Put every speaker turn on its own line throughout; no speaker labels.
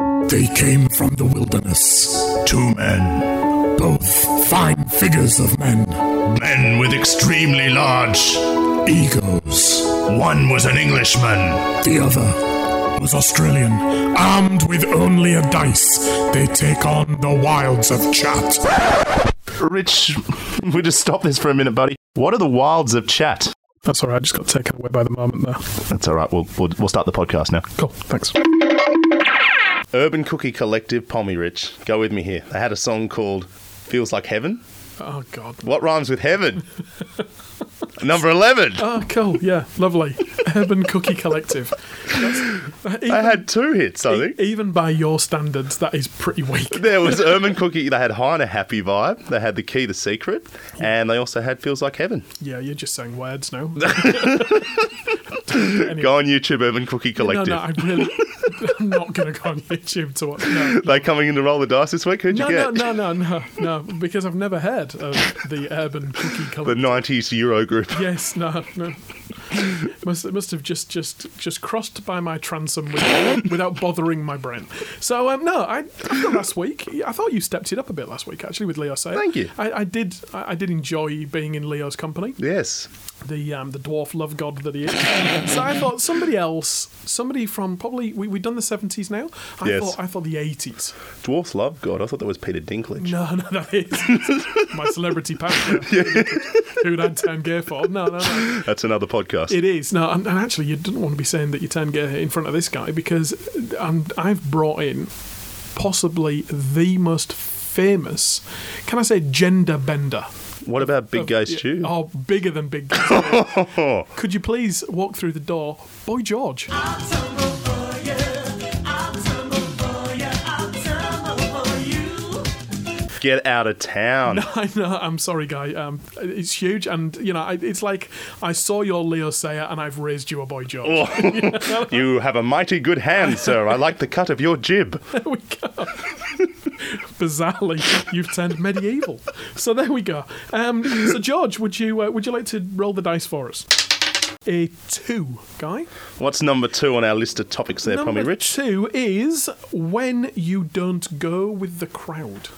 They came from the wilderness.
Two men.
Both fine figures of men,
Men with extremely large.
egos.
One was an Englishman.
The other was Australian. Armed with only a dice, they take on the wilds of chat.
Rich, we just stop this for a minute, buddy. What are the wilds of chat?
That's all right. I just got taken away by the moment there.
That's all right. We'll, we'll, we'll start the podcast now.
Cool. Thanks.
Urban Cookie Collective, Pommy Rich. Go with me here. They had a song called Feels Like Heaven.
Oh, God.
What rhymes with heaven? Number 11.
Oh, cool. Yeah. Lovely. Urban Cookie Collective. That's-
They
even,
had two hits, I think.
even by your standards, that is pretty weak.
There was Urban Cookie. They had High and a Happy Vibe. They had The Key, The Secret. And they also had Feels Like Heaven.
Yeah, you're just saying words now.
Go on YouTube, Urban Cookie
no,
Collective.
no, I'm really I'm not going to go on YouTube to watch. No,
They coming in to roll the dice this week? Who'd you
no,
get?
no, no, no, no, no, because I've never heard of the Urban Cookie
The
Collective.
90s Euro group.
Yes, no, no. Must it must have just just just crossed by my transom without, without bothering my brain. So um, no, I after last week I thought you stepped it up a bit last week actually with Leo saying.
Thank you.
I, I did I, I did enjoy being in Leo's company,
Yes.
the um, the dwarf love god that he is. so I thought somebody else, somebody from probably we we've done the seventies now. I
Yes.
thought I thought the eighties.
Dwarfs Love God. I thought that was Peter Dinklage.
No, no, that is my celebrity partner. Who'd I turn gay for? No, no, no.
That's another podcast.
It is. No, and, and actually, you didn't want to be saying that you turned gay in front of this guy because um, I've brought in possibly the most famous, can I say, gender bender?
what about Big Gay
Yeah,
Stew?
Oh, bigger than Big Gay Stew. Could you please walk through the door, Boy George?
Get out of town.
I know. I'm sorry, guy. Um, it's huge, and you know, I, it's like I saw your Leo Sayer, and I've raised you a Boy George.
You have a mighty good hand, sir. I like the cut of your jib.
There we go. Bizarrely, you've turned medieval. So there we go. Um, so George, would you uh, would you like to roll the dice for us? A two, guy.
What's number two on our list of topics there, Pommy
Number
Rich?
two is when you don't go with the crowd.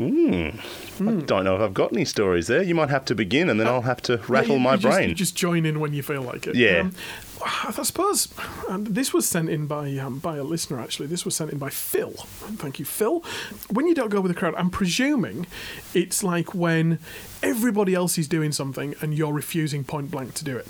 I don't know if I've got any stories there. You might have to begin and then I'll have to rattle
Uh, You-
my
you just-
brain.
you Just, join in when you feel like it.
Yeah.
Um, I suppose um, this was sent in by um, by a listener. Actually, this was sent in by Phil. Thank you, Phil. When you don't go with the crowd, I'm presuming it's like when everybody else is doing something and you're refusing point blank to do it.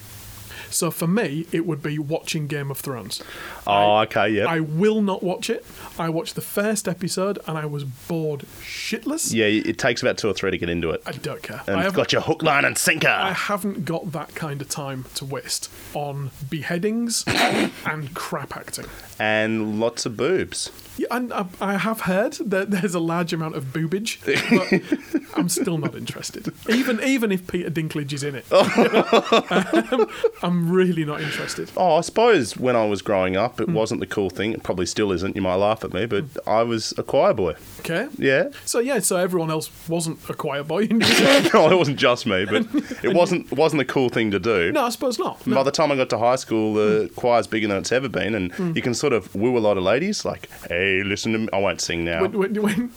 So for me, it would be watching Game of Thrones.
oh, okay, yeah.
I will not watch it. I watched the first episode and I was bored shitless.
yeah, it takes about two or three to get into it.
I don't care.
And
I
it's
have
got your hook, line, and sinker.
I haven't got that kind of time to waste on beheadings and crap acting.
and lots of boobs.
Yeah, and I, I have heard that there's a large amount of boobage, but I'm still not interested. Even even if Peter Dinklage is in it, Um, I'm really not interested.
Oh, I suppose when I was growing up,
Hmm.
it wasn't the cool thing. It probably still isn't. You might laugh at me, but I was a choir boy.
Okay.
Yeah.
So yeah, so everyone else wasn't a choir boy.
no, it wasn't just me, but it wasn't wasn't the cool thing to do.
no, I suppose not.
By the time I got to high school, the choir's bigger than it's ever been, and
Hmm.
you can sort of woo a lot of ladies. Like, hey, listen to me. I won't sing now.
When when when,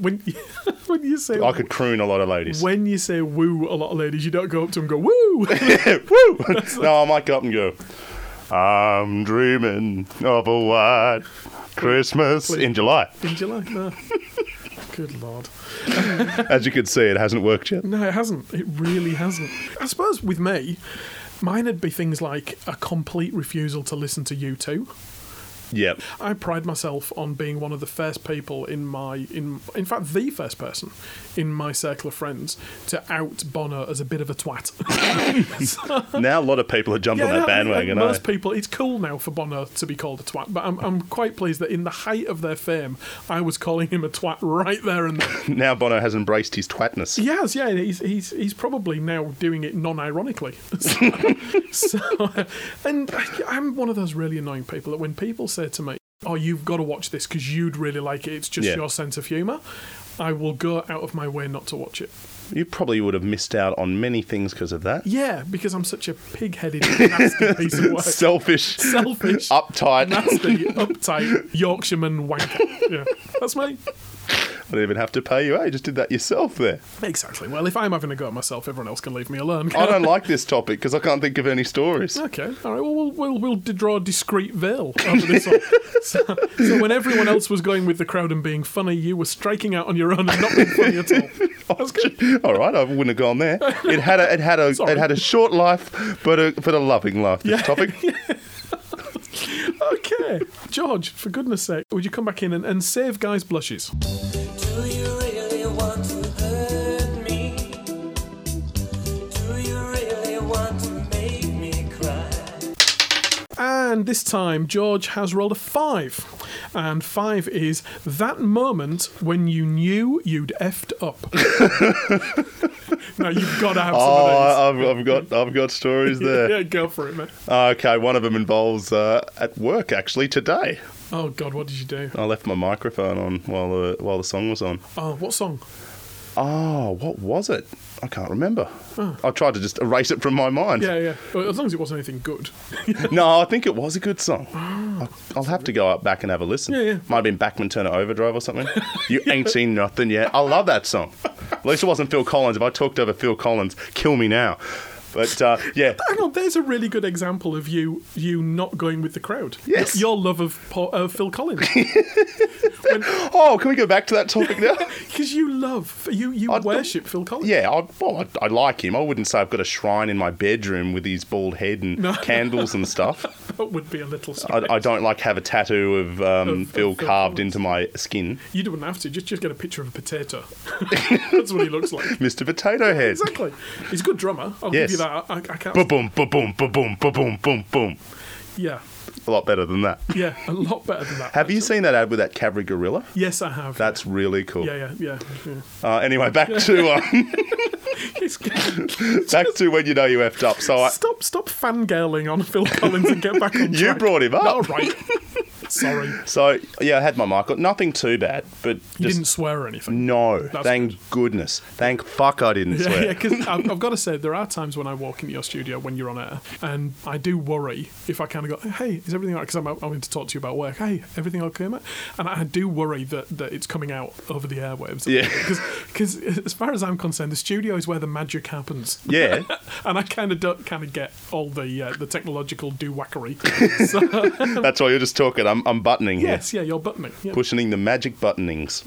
when, when you say
I could croon a lot of ladies.
when you say woo a lot of ladies, you don't go up to them and go woo.
Woo! no, I might go up and go. I'm dreaming of a white Christmas in July.
in July. No. Good lord.
As you can see, it hasn't worked yet.
No, it hasn't. It really hasn't. I suppose with me, mine'd be things like a complete refusal to listen to you two.
Yep.
I pride myself on being one of the first people in my in in fact the first person in my circle of friends to out Bono as a bit of a twat. So-
Now a lot of people have jumped on
no,
that
like-
bandwagon.
Like
eh?
most people, it's cool now for Bono to be called a twat, but I'm, I'm quite pleased that in the height of their fame, I was calling him a twat right there and then.
Now Bono has embraced his twatness.
He has, yeah. He's he's he's probably now doing it non-ironically. So, so, and I- I'm one of those really annoying people that when people say to me, "Oh, you've got to watch this because you'd really like it. It's just
Yeah.
your sense of humor." I will go out of my way not to watch it.
You probably would have missed out on many things because of that.
Yeah, because I'm such a pig-headed, nasty piece of work.
Selfish,
Selfish,
uptight.
nasty, uptight Yorkshireman wanker. Yeah, that's me.
I didn't even have to pay you. out. You just did that yourself there.
Exactly. Well, if I'm having a go at myself, everyone else can leave me alone.
I don't like this topic because I can't think of any stories.
Okay. All right. Well, we'll we'll, we'll d- draw a discreet veil over this one. So, so when everyone else was going with the crowd and being funny, you were striking out on your own and not being funny at all. That's good.
All right, I wouldn't have gone there. It had a it had a
Sorry.
it had a short life, but a but a loving life. This
Yeah.
topic.
Okay, George. For goodness' sake, would you come back in and, and save guys' blushes?
Do you really want to hurt me? Do you really want to make me cry?
And this time, George has rolled a five. And five is that moment when you knew you'd effed up. now, you've got to have some
Oh,
of
I- I've, I've got I've got stories
those.
there. Ah,
Yeah, go for it, man.
Okay, one of them involves uh, at work actually today.
Oh, God, what did you do?
I left my microphone on while the while the song was on.
Oh, what song?
Oh, what was it? I can't remember. I tried to just erase it from my mind.
Yeah, yeah. Well, as long as it wasn't anything good.
No, I think it was a good song. I- I'll have to go up back and have a listen.
Ah, Yeah, yeah.
Might have been Backman Turner Overdrive or something. You ain't seen nothing yet. I love that song. At least it wasn't Phil Collins. If I talked over Phil Collins, kill me now. But uh, yeah,
Hang on, there's a really good example of you you not going with the crowd.
Yes.
Your love of Paul, uh, Phil Collins.
Oh, can we go back to that topic now?
Because you love, you, you
I don't-
worship Phil Collins.
yeah, I, well, I, I like him. I wouldn't say I've got a shrine in my bedroom with his bald head and
No.
candles and stuff.
That would be a little
I,
strange.
I don't like have a tattoo of, um,
Of- of
Phil
Phil
carved
Collins.
into my skin,
You don't have to. Just just get a picture of a potato. That's what he looks like.
Mr. Potato Head.
Exactly. He's a good drummer. I'll
Yes.
give you that. I, I can't.
Ba boom, ba boom, ba boom, ba boom, boom, boom.
yeah,
A lot better than that.
yeah, a lot better than that.
Have you seen that ad with that Cadbury gorilla?
Yes, I have.
That's really cool.
yeah, yeah, yeah. yeah.
Uh, anyway, back to um,
It's-
back to when you know you effed up. So I,
stop, stop fangirling on Phil Collins and get back on.
you
track.
brought him up.
All right. Sorry,
So yeah, I had my mic on. Nothing too bad, but
you
just
didn't swear or anything.
no.
That's
thank goodness. Thank fuck I didn't
Yeah,
swear.
yeah, because I've, I've got to say, there are times when I walk into your studio when you're on air, and I do worry if I kind of go, hey, is everything all right? Because I'm, I'm going to talk to you about work. Hey, everything okay, mate? And I do worry that, that it's coming out over the airwaves.
Yeah.
Because as far as I'm concerned, the studio is where the magic happens.
Yeah.
and I kind of don't kind of get all the uh, the technological do wackery. so,
That's why you're just talking. I'm, I'm buttoning here,
yes, yeah, you're buttoning. Yeah.
pushing the magic buttonings.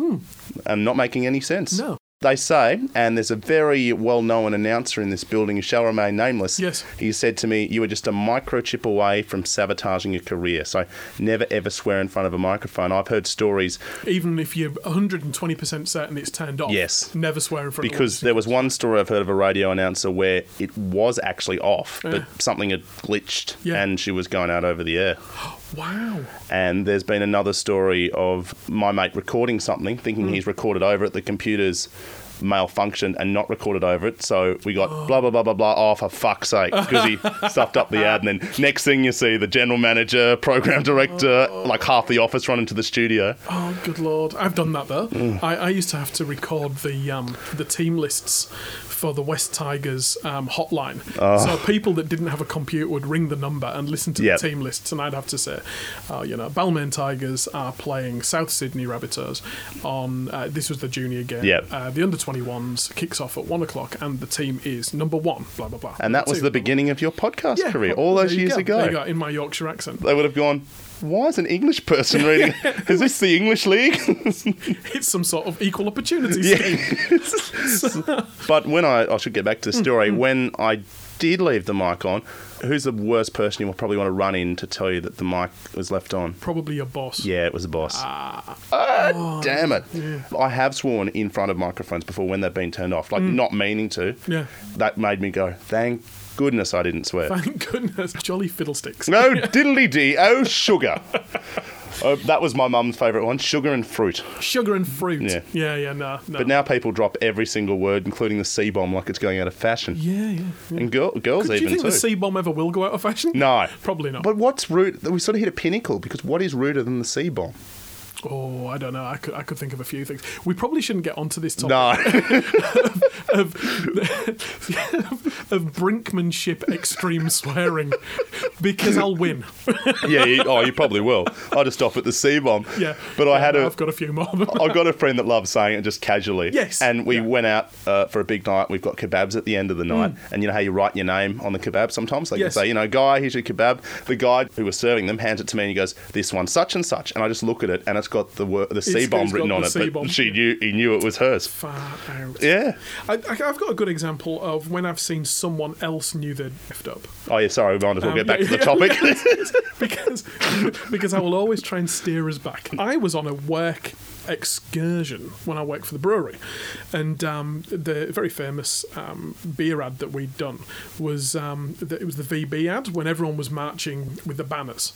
I'm not making any sense.
No.
They say, and there's a very well-known announcer in this building who shall remain nameless.
Yes.
He said to me, "You were just a microchip away from sabotaging your career." So never ever swear in front of a microphone. I've heard stories
Even if you're 120% certain it's turned off.
Yes.
Never swear in front of
because there was one story I've heard of a radio announcer where it was actually off,
Yeah.
but something had glitched
Yeah.
and she was going out over the air.
Wow.
And there's been another story of my mate recording something, thinking
Hmm.
he's recorded over it, the computer's malfunctioned and not recorded over it. So we got blah, blah, blah, blah, blah. Oh, for fuck's sake. Because he stuffed up the ad. And then next thing you see, the general manager, program director, like half the office run into the studio.
Oh, good lord! I've done that though.
Mm.
I, I used to have to record the um, the team lists for the West Tigers um, hotline.
Ah.
So people that didn't have a computer would ring the number and listen to
Yep.
the team lists, and I'd have to say, uh, you know, Balmain Tigers are playing South Sydney Rabbitohs on. Uh, this was the junior game.
Yep.
Uh, the under twenty ones kicks off at one o'clock, and the team is number one. Blah blah blah.
And that was
Two,
the
blah, blah.
beginning of your podcast
Yeah,
career,
well,
all those
there you
years
go.
ago.
There you go, in my Yorkshire accent.
they would have gone, why is an English person reading? Is this the English league?
It's some sort of equal opportunity scheme.
but when I, I should get back
Mm,
to the story, when I did leave the mic on, who's the worst person you will probably want to run in to tell you that the mic was left on?
Probably your boss.
Yeah, it was the boss. Ah,
Oh,
damn it. I have sworn in front of microphones before when they've been turned off, like not meaning to.
Mm. Yeah.
That made me go, thank goodness I didn't swear.
Thank goodness. Jolly fiddlesticks.
No diddly dee, oh sugar. Oh, that was my mum's favourite one, sugar and fruit.
Sugar and fruit.
Yeah.
yeah, yeah no, no.
But now people drop every single word, including the C bomb, like it's going out of fashion.
Yeah, yeah. yeah.
And girl, girls
Do you
even
think
too.
the C bomb ever will go out of fashion?
no,
Probably not.
But what's root? We sort of hit a pinnacle because what is ruder than the C bomb?
Oh, I don't know. I could, I could think of a few things. We probably shouldn't get onto this topic
No.
of, of brinkmanship extreme swearing because I'll win.
yeah, you, oh, you probably will. I'll just stop at the C bomb.
Yeah.
But I had
i
a.
I've got a few more.
I've got a friend that loves saying it just casually.
Yes.
And we
Yeah. Mm.
went out uh, for a big night. We've got kebabs at the end of the night. And you know how you write your name on the kebab sometimes? They
Yes.
can say, you know, guy, here's your kebab. The guy who was serving them hands it to me and he goes, this one, such and such. And I just look at it and it's got the word, the C bomb
it's
written
got
on
the
it.
C-bomb.
But she knew, he knew it was hers.
Far out.
Yeah.
I, I, I've got a good example of when I've seen someone else knew they'd effed up.
Oh, yeah, sorry, we might as well
Um,
get back
yeah,
to the
yeah.
topic.
because because I will always try and steer us back. I was on a work excursion when I worked for the brewery, and um, the very famous um, beer ad that we'd done was um, the, it was the VB ad when everyone was marching with the banners,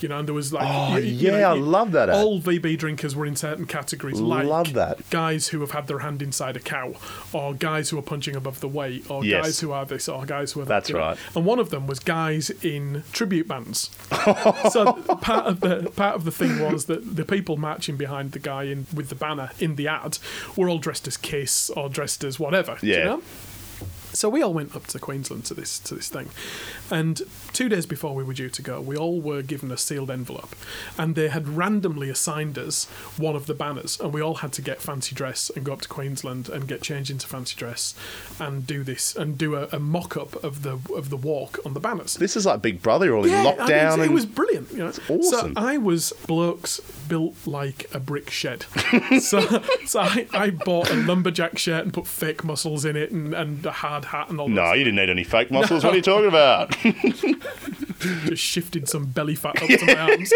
you know, and there was like
Oh, yeah, I love that ad.
All VB drinkers were in certain categories. Like
Love that.
guys who have had their hand inside a cow, or guys who are punching above the weight, or
Yes.
guys who are this, or guys who are that.
That's
you know.
right.
And one of them was guys in tribute bands. so part of the part of the thing was that the people marching behind the guy in with the banner in the ad were all dressed as Kiss or dressed as whatever. do you
Yeah.
know? So we all went up to Queensland to this to this thing, and two days before we were due to go, we all were given a sealed envelope, and they had randomly assigned us one of the banners, and we all had to get fancy dress and go up to Queensland and get changed into fancy dress, and do this and do a, a mock up of the of the walk on the banners.
this is like Big Brother, all in
Yeah, I mean,
lockdown.
it
and-
was brilliant. You know?
awesome.
So I was blokes built like a brick shed. so so I, I bought a lumberjack shirt and put fake muscles in it and, and a hard hat and all
no,
that.
you didn't need any fake muscles. What are you talking about?
Just shifted some belly fat up to my arms.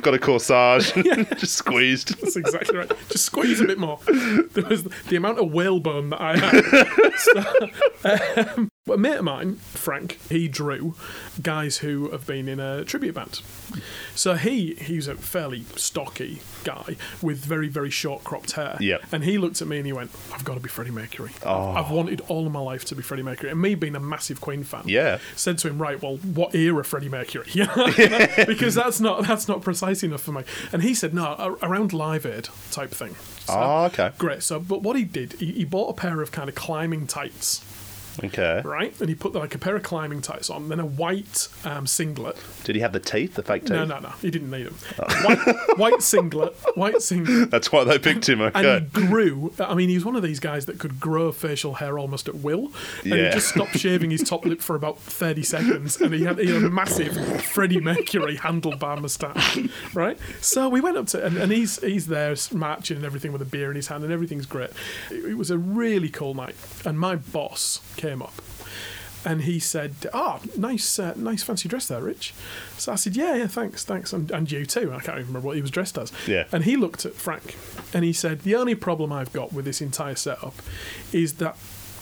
got a corsage, just squeezed.
That's exactly right. Just squeeze a bit more. There was the amount of whalebone that I had. So, um, a mate of mine, Frank, he drew guys who have been in a tribute band. So he he's a fairly stocky guy with very very short cropped hair.
Yep. Oh.
And he looked at me and he went, "I've got to be Freddie Mercury. I've wanted all of my life to be Freddie Mercury." And me being a massive Queen fan,
Yeah.
said to him, "Right, well, what era Freddie Mercury? Yeah, because that's not that's not precise enough for me." And he said, "No, a- around Live Aid type thing." So,
Oh, okay.
great. So, but what he did, he, he bought a pair of kind of climbing tights,
Okay.
right? And he put like a pair of climbing tights on, then a white um, singlet.
Did he have the teeth, the fake teeth?
No, no, no, he didn't need them. White, white singlet, white singlet.
That's why they picked him.
And
Okay.
he grew. I mean, he was one of these guys that could grow facial hair almost at will. And he
Yeah.
just stopped shaving his top lip for about 30 seconds. And he had, he had a massive Freddie Mercury handlebar moustache. Right? So we went up to, and, and he's, he's there marching and everything with a beer in his hand, and everything's great. It, it was a really cool night. And my boss came up. And he said, "Ah, nice, uh, nice fancy dress there, Rich." So I said, "Yeah, yeah, thanks, thanks, and, and you too." I can't even remember what he was dressed as.
Yeah.
And he looked at Frank and he said, The only problem I've got with this entire setup is that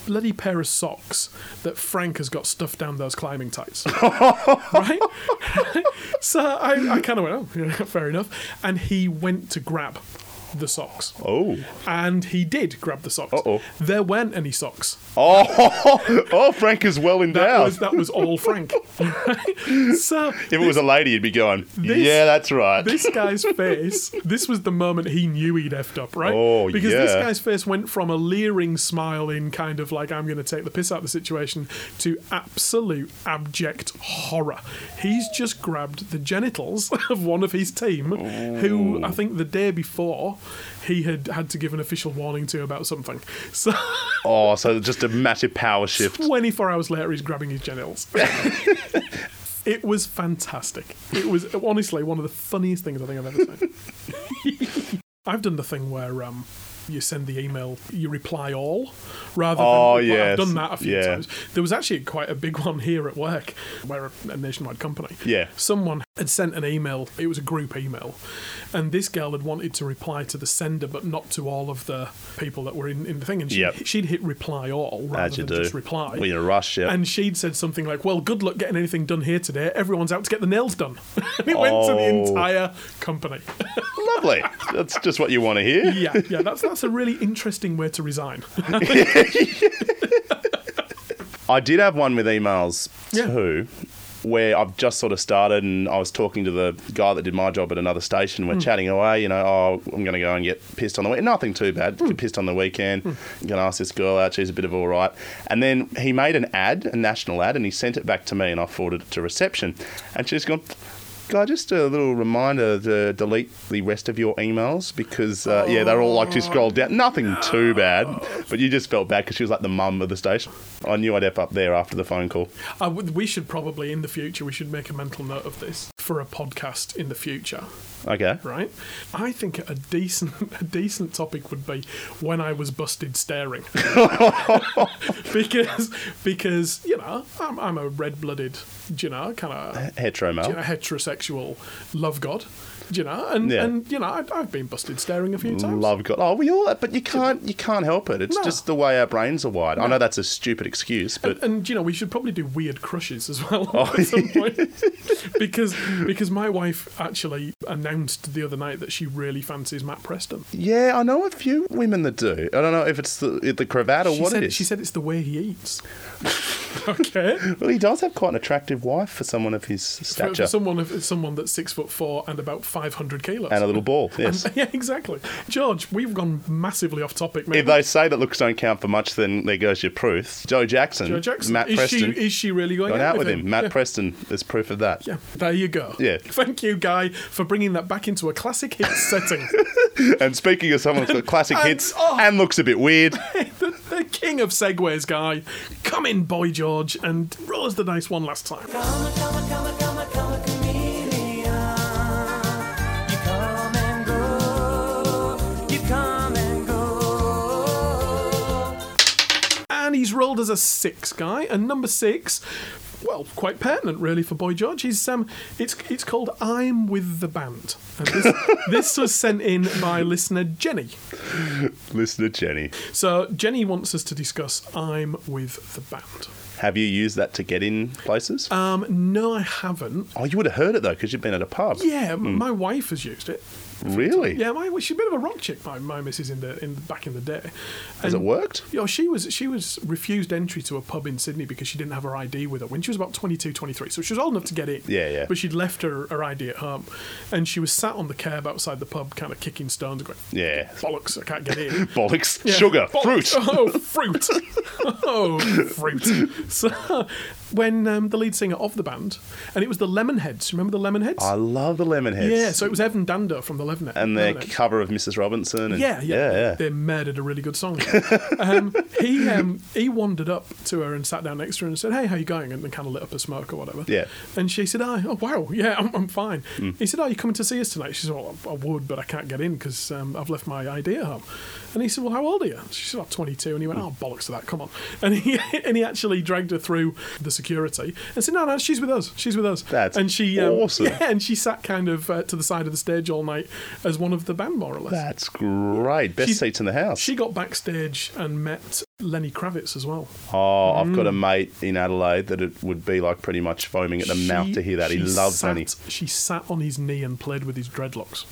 bloody pair of socks that Frank has got stuffed down those climbing tights. right? so I, I kind of went, Oh, yeah, fair enough. And he went to grab the socks.
Oh.
And he did grab the socks.
Uh-oh.
There weren't any socks.
Oh, oh, Frank is well
That,
endowed.
was, that was all Frank. so
if it was a lady, you'd be going,
This-
yeah, that's right.
this guy's face, this was the moment he knew he'd effed up, right?
Oh,
because this
yeah.
guy's face went from a leering smile in kind of like, I'm going to take the piss out of the situation, to absolute abject horror. He's just grabbed the genitals of one of his team, who I think the day before he had had to give an official warning to about something. So
oh, so just a massive power shift.
24 hours later, he's grabbing his genitals. It was fantastic. It was honestly one of the funniest things I think I've ever seen. I've done the thing where um, you send the email, you reply all, rather than
Oh,
reply-
yes.
I've done that a few
Yeah.
times. There was actually quite a big one here at work, where a- a nationwide company.
Yeah.
Someone had sent an email. It was a group email, and this girl had wanted to reply to the sender, but not to all of the people that were in, in the thing. And she,
Yep.
she'd hit reply all rather
As you
than
do.
just reply.
When you're in a rush, yeah.
And she'd said something like, "Well, good luck getting anything done here today. Everyone's out to get the nails done." and it went to the
Oh.
entire company.
Lovely. That's just what you want to hear.
yeah, yeah, that's that's a really interesting way to resign.
I did have one with emails
Yeah.
too. where I've just sort of started and I was talking to the guy that did my job at another station. We're chatting away, you know, oh, I'm going to go and get pissed on the weekend. Nothing too bad. Get pissed on the weekend. I'm going to ask this girl out. She's a bit of all right. And then he made an ad, a national ad, and he sent it back to me and I forwarded it to reception. And she's gone, Guy, just a little reminder to delete the rest of your emails because, uh, yeah, they're all like, she scrolled down. Nothing too bad, but you just felt bad because she was like the mum of the station. I knew I'd F up there after the phone call.
I would, we should probably in the future we should make a mental note of this for a podcast in the future,
Okay.
right? I think a decent a decent topic would be when I was busted staring, because because you know I'm, I'm a red blooded, you know, kind of
Hetero male.
you know, heterosexual love god, you know, and
Yeah.
and you know I, I've been busted staring a few times.
Love God. Oh, we all. But you can't. You can't help it. It's
No.
just the way our brains are wired. I know that's a stupid excuse, but
and uh, you know we should probably do weird crushes as well
Oh.
at some point because because my wife actually announced the other night that she really fancies Matt Preston.
yeah, I know a few women that do. I don't know if it's the, the cravat or
she
Oh, what
said
it is.
she said it's the way he eats. okay.
well, he does have quite an attractive wife for someone of his
For-
stature
for someone of- someone that's six foot four and about five hundred kilos.
and a little ball. Yes.
yeah, exactly. George, we've gone massively off topic. Mate.
If they say that looks don't count for much, then there goes your proof. Joe Jackson,
Joe Jackson,
Matt
is
Preston,
she is she really going
gone out with him. Matt
Yeah.
Preston is proof of that.
Yeah, there you go.
Yeah.
Thank you, Guy, for bringing that back into a classic hit setting.
And speaking of someone who's got classic
And-
hits
oh.
and looks a bit weird,
the, the king of segways guy. Come in, boy George, and roll us the dice one last time.
Come, come, come, come, come, chameleon. You come and go. You come and go.
And he's rolled as a six guy, and number six. Well, quite pertinent, really, for Boy George. He's um, it's it's called "I'm with the Band," and this, this was sent in by listener Jenny.
listener Jenny,
So Jenny wants us to discuss "I'm with the Band."
have you used that to get in places?
Um, no, I haven't.
Oh, you would have heard it though, because you've been at a pub.
Yeah, m my wife has used it.
Really?
Yeah, my she's a bit of a rock chick. My my missus in the in back in the day.
Has it
And-
worked?
Yeah, she was she was refused entry to a pub in Sydney because she didn't have her ID with her when she was about 22, 23. So she was old enough to get in.
Yeah, yeah.
But she'd left her, her ID at home, and she was sat on the curb outside the pub, kind of kicking stones, going
Yeah.
bollocks, I can't get in.
Bollocks.
Yeah.
Sugar.
Bollocks.
Fruit.
Oh, fruit. oh, fruit. So when um, the lead singer of the band, and it was the Lemonheads. Remember the Lemonheads?
I love the Lemonheads.
yeah. So it was Evan Dando from the Lemonheads.
Ah, and their
Lemonheads.
cover of Mrs. Robinson. And,
Yeah, yeah,
yeah, yeah.
They murdered a really good song. um, he um, he wandered up to her and sat down next to her and said, "Hey, how you going?" And then kind of lit up a smoke or whatever.
Yeah. Hmm.
And she said, "Oh, oh wow, yeah, I'm, I'm fine." He said, "Are you coming to see us tonight?" She said, "Well, I would, but I can't get in because um, I've left my ID at home." And he said, "Well, how old are you?" She said, "I'm 22." And he went,
Hmm.
"Oh, bollocks to that! Come on!" And he and he actually dragged her through the security and said, "No, no, she's with us. She's with us."
That's
and she um,
awesome.
Yeah, and she sat kind of uh, to the side of the stage all night as one of the band, more or less.
That's great. Best
She's-
seats in the house.
She got backstage and met Lenny Kravitz as well.
oh, I've
Mm.
got a mate in Adelaide that it would be like pretty much foaming at the
She-
mouth to hear that. He
she
loves
sat,
Lenny.
She sat on his knee and played with his dreadlocks.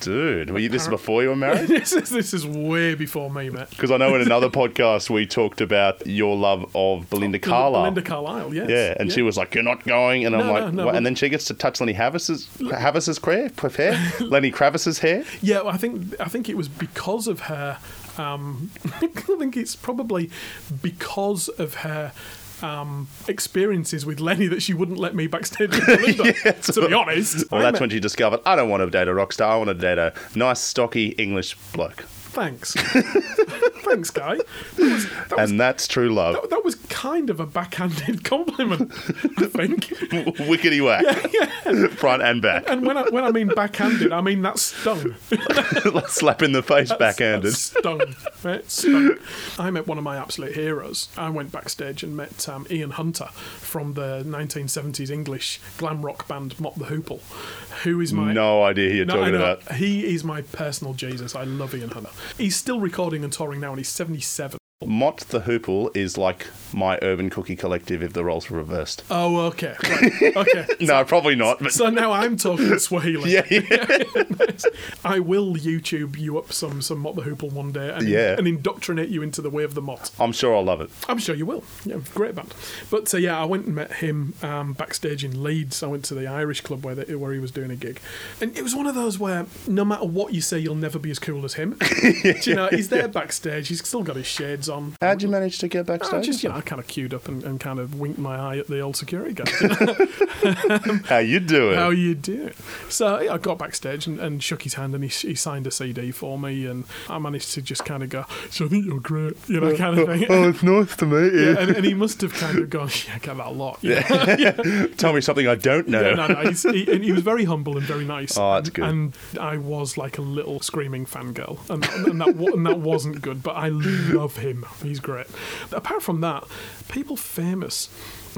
Dude, were you this before you were married?
this, is, this is way before me, mate.
Because I know in another podcast we talked about your love of Belinda Carlisle.
Linda Oh, Carlisle, yes.
Yeah, and she was like, "You're not going," and I'm
No,
like,
no, no,
"What?"
we-
and then she gets to touch Lenny Havis's Havis's hair, hair, Lenny Kravitz's hair.
Yeah, well, I think I think it was because of her. Um, I think it's probably because of her. Um, experiences with Lenny that she wouldn't let me backstage with Belinda. to be honest,
Well,
I
that's
met-
when she discovered I don't want to date a rock star. I want to date a nice, stocky English bloke,
thanks, thanks, guy. That was- that was
and that's true love.
Oh, That, that was kind of a backhanded compliment, I think.
Wickety whack, front and back,
And when I, when I mean backhanded, I mean that stung.
slap in the face, backhanded.
That stung. Right? stung. I met one of my absolute heroes. I went backstage and met um, Ian Hunter from the 1970s English glam rock band Mop the Hoople, who is my
No idea who you're
No, I
talking
know.
about.
He is my personal Jesus. I love Ian Hunter. He's still recording and touring now, and he's 77.
Mott the Hoople is like my urban cookie collective if the roles were reversed.
Oh, okay. Right. Okay.
no, probably not. But
So now I'm talking Swahili.
yeah, yeah.
I will YouTube you up some some Mott the Hoople one day and,
Yeah.
and indoctrinate you into the way of the Mott.
I'm sure I'll love it.
I'm sure you will. Yeah, great band. But uh, yeah, I went and met him um, backstage in Leeds. I went to the Irish club where they, where he was doing a gig, and it was one of those where no matter what you say, you'll never be as cool as him. Do you know, he's there backstage. He's still got his shades on.
How'd you manage to get
I
backstage?
Oh, just, you know, I kind of queued up and, and kind of winked my eye at the old security guy.
How Oh, you doing?
How Oh, you doing? So yeah, I got backstage and, and shook his hand, and he, he signed a CD for me, and I managed to just kind of go, "So I think you're great," you know, kind of
Oh,
thing.
it's nice to meet you.
Yeah, and, and he must have kind of gone, "Yeah, I get that a lot." you know?
Tell me something I don't know.
no, no, he's, he, and he was very humble and very nice.
Oh, that's good.
And I was like a little screaming fangirl, and, and, that, wa- and that wasn't good. But I love him; he's great. Apart from that, people famous.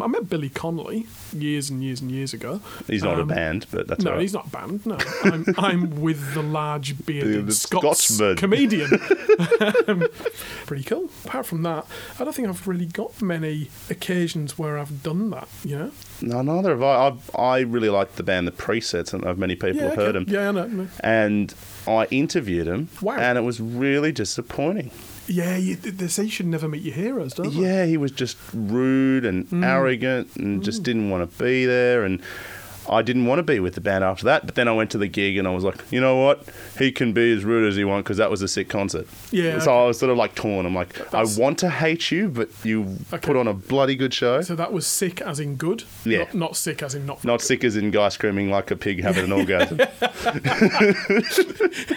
I met Billy Connolly years and years and years ago.
He's not
Um,
a band, but that's
No,
all right.
he's not banned. No, I'm, I'm with the large bearded
The
Scots
Scotsman.
comedian. Um, Pretty cool. Apart from that, I don't think I've really got many occasions where I've done that. You know?
No, neither have I. I've, I really liked the band The Presets, and I've many people
yeah,
have
okay.
heard them.
Yeah, I know. no.
And I interviewed him,
Wow.
and it was really disappointing.
Yeah, you, th- they say you should never meet your heroes, don't they?
Yeah, he was just rude and
Mm.
arrogant and just didn't want to be there. And I didn't want to be with the band after that. But then I went to the gig and I was like, you know what? He can be as rude as he wants because that was a sick concert.
Yeah,
So I was sort of like torn. I'm like,
That's-
I want to hate you, but you
Okay.
put on a bloody good show.
So that was sick as in good.
Yeah.
Not, not sick as in not.
Not sick as in guy screaming like a pig having an orgasm.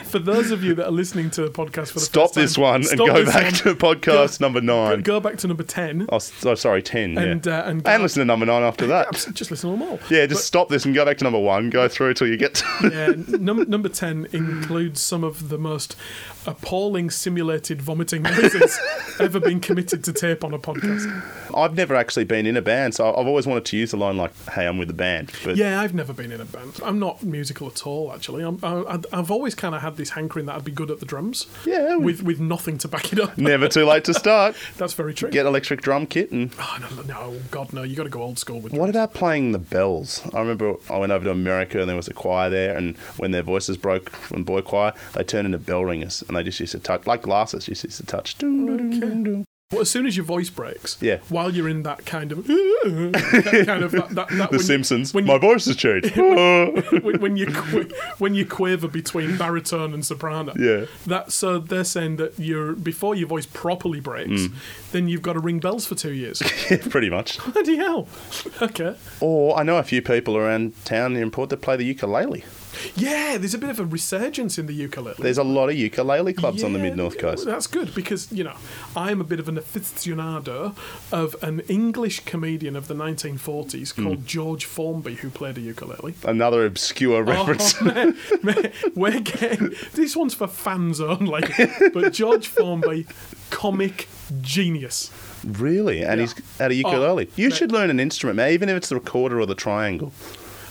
For those of you that are listening to the podcast for the first
Stop
time,
this one and
stop
go
this
back
one.
to podcast number nine.
Go back to number ten.
Oh, s- oh, sorry, ten.
And,
yeah.
uh, and go-
and listen to number nine after that.
Just listen to them all.
Yeah, just stop this and go back to number one. Go through till you get to.
Yeah, num- number 10 includes some of the most appalling simulated vomiting noises ever been committed to tape on a podcast.
I've never actually been in a band, so I've always wanted to use the line like, "Hey, I'm with the band." But
Yeah, I've never been in a band. I'm not musical at all, actually. I'm, I, I've always kind of had this hankering that I'd be good at the drums.
Yeah, we-
With, with nothing to back it up.
never too late to start.
That's very true.
Get electric drum kit and.
Oh, no, no, God, no. you got to go old school with
What about playing the bells? I remember I went over to America and there was a choir there, and when their voices broke from boy choir, they turned into bell ringers and they just used to touch, like glasses, just used to touch. Dun, dun, dun, dun, dun.
Well, as soon as your voice breaks,
Yeah.
while you're in that kind of, that kind of that, that, that
The
when-
Simpsons.
when
My
you-
voice has changed.
when, when you qu- when you quaver between baritone and soprano.
Yeah.
That so they're saying that you're before your voice properly breaks,
Mm.
then you've got to ring bells for two years.
Pretty much.
Bloody hell. Okay.
Or I know a few people around town here in Port that play the ukulele.
Yeah, there's a bit of a resurgence in the ukulele.
There's a lot of ukulele clubs on the
Yeah,
mid north coast.
That's good because you know I'm a bit of an aficionado of an English comedian of the 1940s
Hmm.
called George Formby who played a ukulele.
Another obscure reference.
Oh, man, man, we're getting this one's for fans only. But George Formby, comic genius.
Really? And
Yeah. Oh,
he's at a ukulele. you
mate.
should learn an instrument, man, even if it's the recorder or the triangle.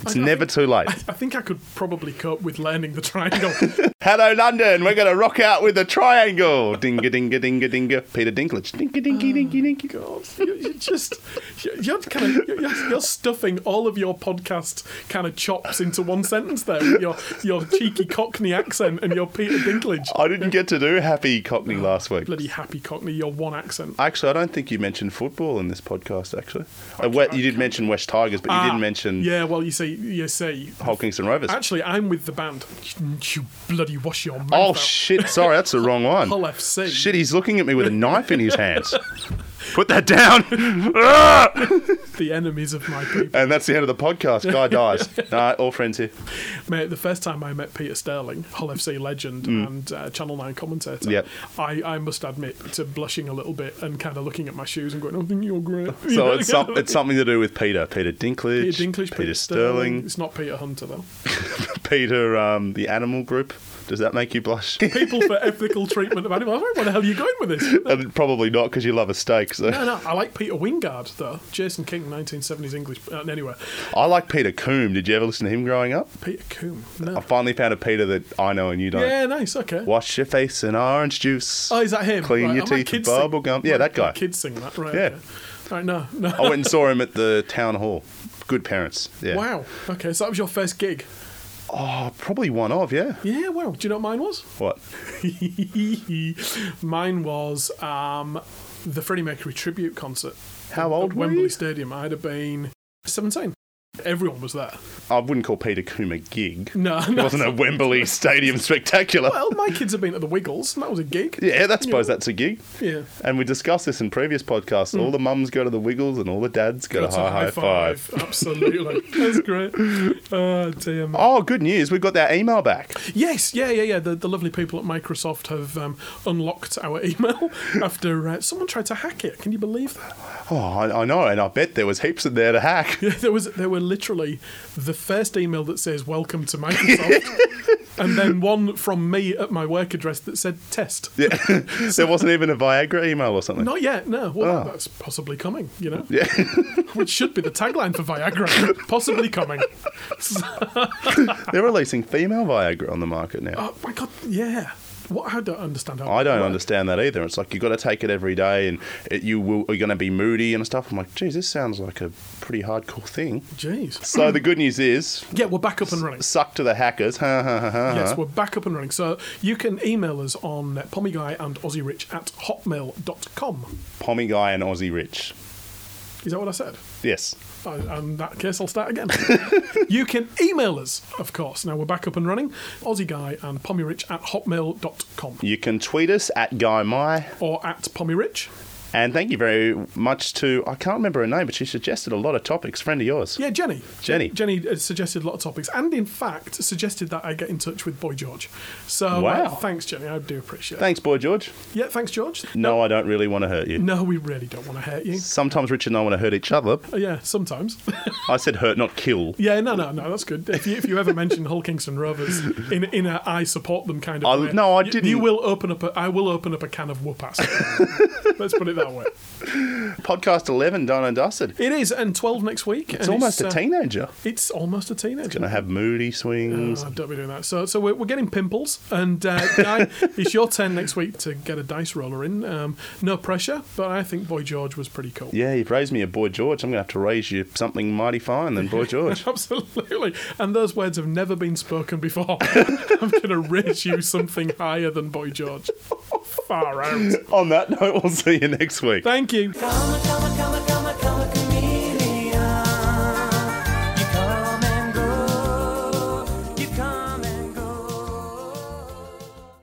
It's
I- I
never
think-
too late.
I, I think I could probably cope with learning the triangle.
Hello, London. We're going to rock out with the triangle. Dinga, dinga, dinga, dinga. Peter Dinklage. Dinga,
Oh.
dinky, dinky, dinky.
God, you- you're just you're, you're kind of you're, you're stuffing all of your podcast kind of chops into one sentence there with your your cheeky Cockney accent and your Peter Dinklage.
I didn't get to do Happy Cockney last week.
Oh, Bloody happy Cockney, your one accent.
Actually, I don't think you mentioned football in this podcast, actually. Uh, we- you did mention West Tigers, but you
Ah,
didn't mention
Yeah, well, you see, you see.
Hull Kingston Rovers.
Actually, I'm with the band. You, you bloody wash your mouth.
Oh
out.
shit! Sorry, that's the wrong one.
Hull FC.
Shit, he's looking at me with a knife in his hands. Put that down. Ah!
the enemies of my people.
and that's the end of the podcast. Guy dies. No, all friends here.
Mate, the first time I met Peter Sterling, Hull FC legend and uh, Channel 9 commentator,
Mm. Yep.
I, I must admit to blushing a little bit and kind of looking at my shoes and going, I think you're great. You
So
know,
it's
kind
some,
of
it's something to do with Peter, Peter Dinklage,
Peter Dinklage,
Peter Sterling,
It's not Peter Hunter, though.
Peter um, the Animal Group. Does that make you blush?
People for ethical treatment of animals. Where the hell are you going with this?
and probably not because you love a steak. So
No, no, I like Peter Wingard though. Jason King, 1970s English. Uh, anyway,
I like Peter Coombe. Did you ever listen to him growing up?
Peter Coombe. No.
I finally found a Peter that I know and you don't.
Yeah, nice. Okay.
Wash your face in orange juice.
Oh, is that him?
Clean
Right,
your
oh, my
teeth with
kids sing-
bubble gum. Yeah,
my-
that guy.
my Kids sing that, right?
Yeah.
okay. All right, no, no.
I went and saw him at the town hall. Good parents. Yeah.
Wow. Okay, so that was your first gig.
Oh, probably one of, yeah.
Yeah, wow. Do you know what mine was?
What?
mine was um, the Freddie Mercury tribute concert
How old
at
were
Wembley
you?
Stadium. I'd have been 17. Everyone was there.
I wouldn't call Peter Coombe a gig.
No,
It
no.
wasn't a Wembley Stadium spectacular.
Well, my kids have been at the Wiggles, and that was a gig.
yeah, I suppose
Yeah.
that's a gig.
Yeah.
And we discussed this in previous podcasts. All the mums go to the Wiggles and all the dads go
That's
to
a
High Hmm. High Five.
Absolutely. That's great. Oh, dear. me.
Oh, good news. We got that email back.
Yes, yeah, yeah, yeah. The, the lovely people at Microsoft have um, unlocked our email after uh, someone tried to hack it. Can you believe that?
Oh, I, I know. And I bet there was heaps in there to hack.
Yeah, there was there were literally the first email that says "Welcome to Microsoft," and then one from me at my work address that said "Test."
Yeah. there wasn't even a Viagra email or something.
Not yet, no. Well,
Ah.
that's possibly coming, you know? Yeah. Which should be the tagline for Viagra. possibly coming.
They're releasing female Viagra on the market now.
Oh my god, yeah. What I don't understand how
I don't
understand.
understand that either. It's like you've got to take it every day, and it, you will, are going to be moody and stuff. I'm like, geez, this sounds like a pretty hardcore thing.
Jeez.
So the good news is,
Yeah, we're back up and running.
suck to the hackers. Ha, ha, ha, ha,
Yes,
ha.
we're back up and running. So you can email us on pommyguy and aussierich at hotmail.com.
Pommy guy and Aussie rich.
Is that what I said?
Yes.
I, in that case, I'll start again. you can email us, of course. Now we're back up and running. Aussie guy and pommyrich at hotmail.com
You can tweet us at Guy My,
or at pommyrich.
and thank you very much to I can't remember her name, but she suggested a lot of topics. Friend of yours.
Yeah, Jenny.
Jenny.
Jenny uh, suggested a lot of topics, and in fact suggested that I get in touch with Boy George. So uh,
Wow.
thanks, Jenny. I do appreciate. it.
Thanks, boy George.
Yeah, thanks, George.
No, I don't really want to hurt you.
No, we really don't want to hurt you.
Sometimes Richard and I want to hurt each other.
Uh, yeah, sometimes.
I said hurt, not kill.
yeah, no, no, no. That's good. If you, if you ever mention Hull Kingston Rovers in in a I support them kind of
I-
way,
no, I
you- You
didn't.
will open up. A, I will open up a can of whoop ass. Let's put it that way.
Podcast 11, done and dusted.
It is, and twelve next week.
It's almost a
uh,
teenager.
It's almost a teenager.
Gonna have moody swings.
Oh, don't be doing that. So, so we're, we're getting pimples, and uh, Guy, it's your turn next week to get a dice roller in. Um, no pressure, but I think Boy George was pretty cool.
yeah, you've raised me a boy George. I'm gonna have to raise you something mighty fine then, boy George.
Absolutely, and those words have never been spoken before. I'm going to raise you something higher than Boy George. Far out.
On that note, we'll see you next week.
Thank you.
Come, come,